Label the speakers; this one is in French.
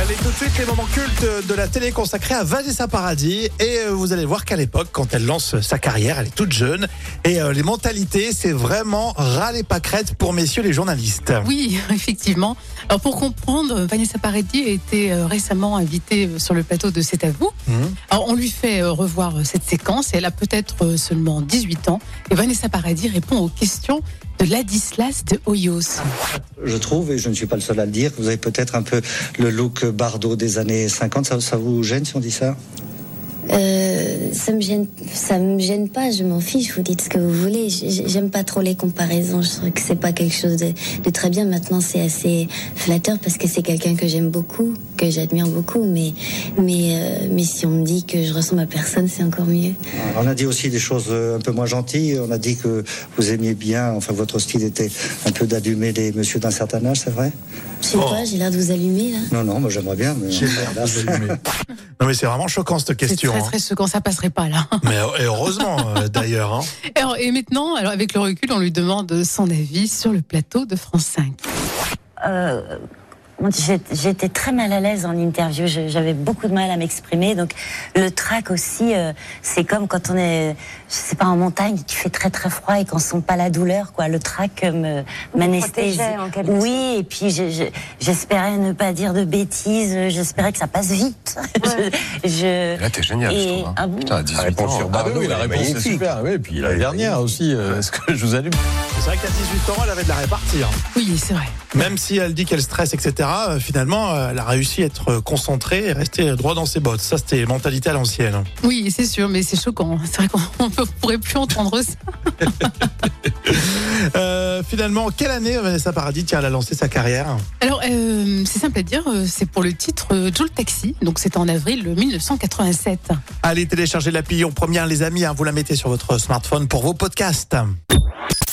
Speaker 1: Allez, tout de suite, les moments cultes de la télé consacrés à Vanessa Paradis. Et euh, vous allez voir qu'à l'époque, quand elle lance sa carrière, elle est toute jeune. Et euh, les mentalités, c'est vraiment ras les pâquerettes pour messieurs les journalistes.
Speaker 2: Oui, effectivement. Alors pour comprendre, Vanessa Paradis a été euh, récemment invitée euh, sur le plateau de C'est à vous.
Speaker 1: Mhm.
Speaker 2: Alors on lui fait euh, revoir euh, cette séquence. Elle a peut-être euh, seulement 18 ans. Et Vanessa Paradis répond aux questions de Ladislas de Hoyos.
Speaker 3: je trouve, et je ne suis pas le seul à le dire, vous avez peut-être un peu le look Bardot des années 50. Ça, ça vous gêne si on dit ça
Speaker 4: Euh, ça me gêne, ça me gêne pas. Je m'en fiche. Vous dites ce que vous voulez. J- j- J'aime pas trop les comparaisons. Je trouve que c'est pas quelque chose de, de très bien. Maintenant, c'est assez flatteur parce que c'est quelqu'un que j'aime beaucoup, que j'admire beaucoup. Mais, mais, euh, mais si on me dit que je ressemble à personne, c'est encore mieux.
Speaker 3: On a dit aussi des choses euh, un peu moins gentilles. On a dit que vous aimiez bien, enfin votre style était un peu d'allumer les messieurs d'un certain âge, c'est vrai
Speaker 4: Je sais pas. J'ai l'air de vous allumer là.
Speaker 3: Non, non, moi j'aimerais bien. Mais...
Speaker 1: Non, mais c'est vraiment choquant cette
Speaker 2: C'est
Speaker 1: question.
Speaker 2: très très second, ça passerait pas là.
Speaker 1: hein. Mais euh, et heureusement, euh, d'ailleurs. hein.
Speaker 2: Alors, et maintenant, alors avec le recul, on lui demande son avis sur le plateau de France 5.
Speaker 5: Euh, on dit, j'ai- J'étais très mal à l'aise en interview, je- j'avais beaucoup de mal à m'exprimer. Donc le trac aussi, euh, c'est comme quand on est, je sais pas, en montagne, tu fais très très froid et qu'on sent pas la douleur, quoi. Le trac euh, me- m'anesthésie.
Speaker 6: protégeait, en quelque
Speaker 5: Oui, et puis je- je- j'espérais ne pas dire de bêtises, euh, j'espérais que ça passe vite. je, je-
Speaker 7: Là, t'es génial, je
Speaker 5: Et-
Speaker 7: trouve. hein.
Speaker 5: ah bon
Speaker 7: Putain, à 18 ans. bah
Speaker 8: Ah oui, oui, la réponse est super. Oui, et puis la
Speaker 7: Elle est
Speaker 8: dernière aussi, euh, est-ce que je vous allume
Speaker 1: C'est vrai qu'à 18 ans, elle avait de la répartir.
Speaker 2: Oui, c'est vrai.
Speaker 1: Même si elle dit qu'elle stresse, etc., euh, finalement, euh, elle a réussi à être concentrée et rester droit dans ses bottes. Ça, c'était mentalité à l'ancienne.
Speaker 2: Oui, c'est sûr, mais c'est choquant. C'est vrai qu'on ne pourrait plus entendre ça.
Speaker 1: Euh, finalement, quelle année euh, Vanessa Paradis, tiens, elle a lancé sa carrière
Speaker 2: Alors, euh, c'est simple à dire, euh, c'est pour le titre euh, Joule Taxi, donc c'est en avril 1987.
Speaker 1: Allez télécharger l'appli Lyon Première, les amis. hein, vous la mettez sur votre smartphone pour vos podcasts.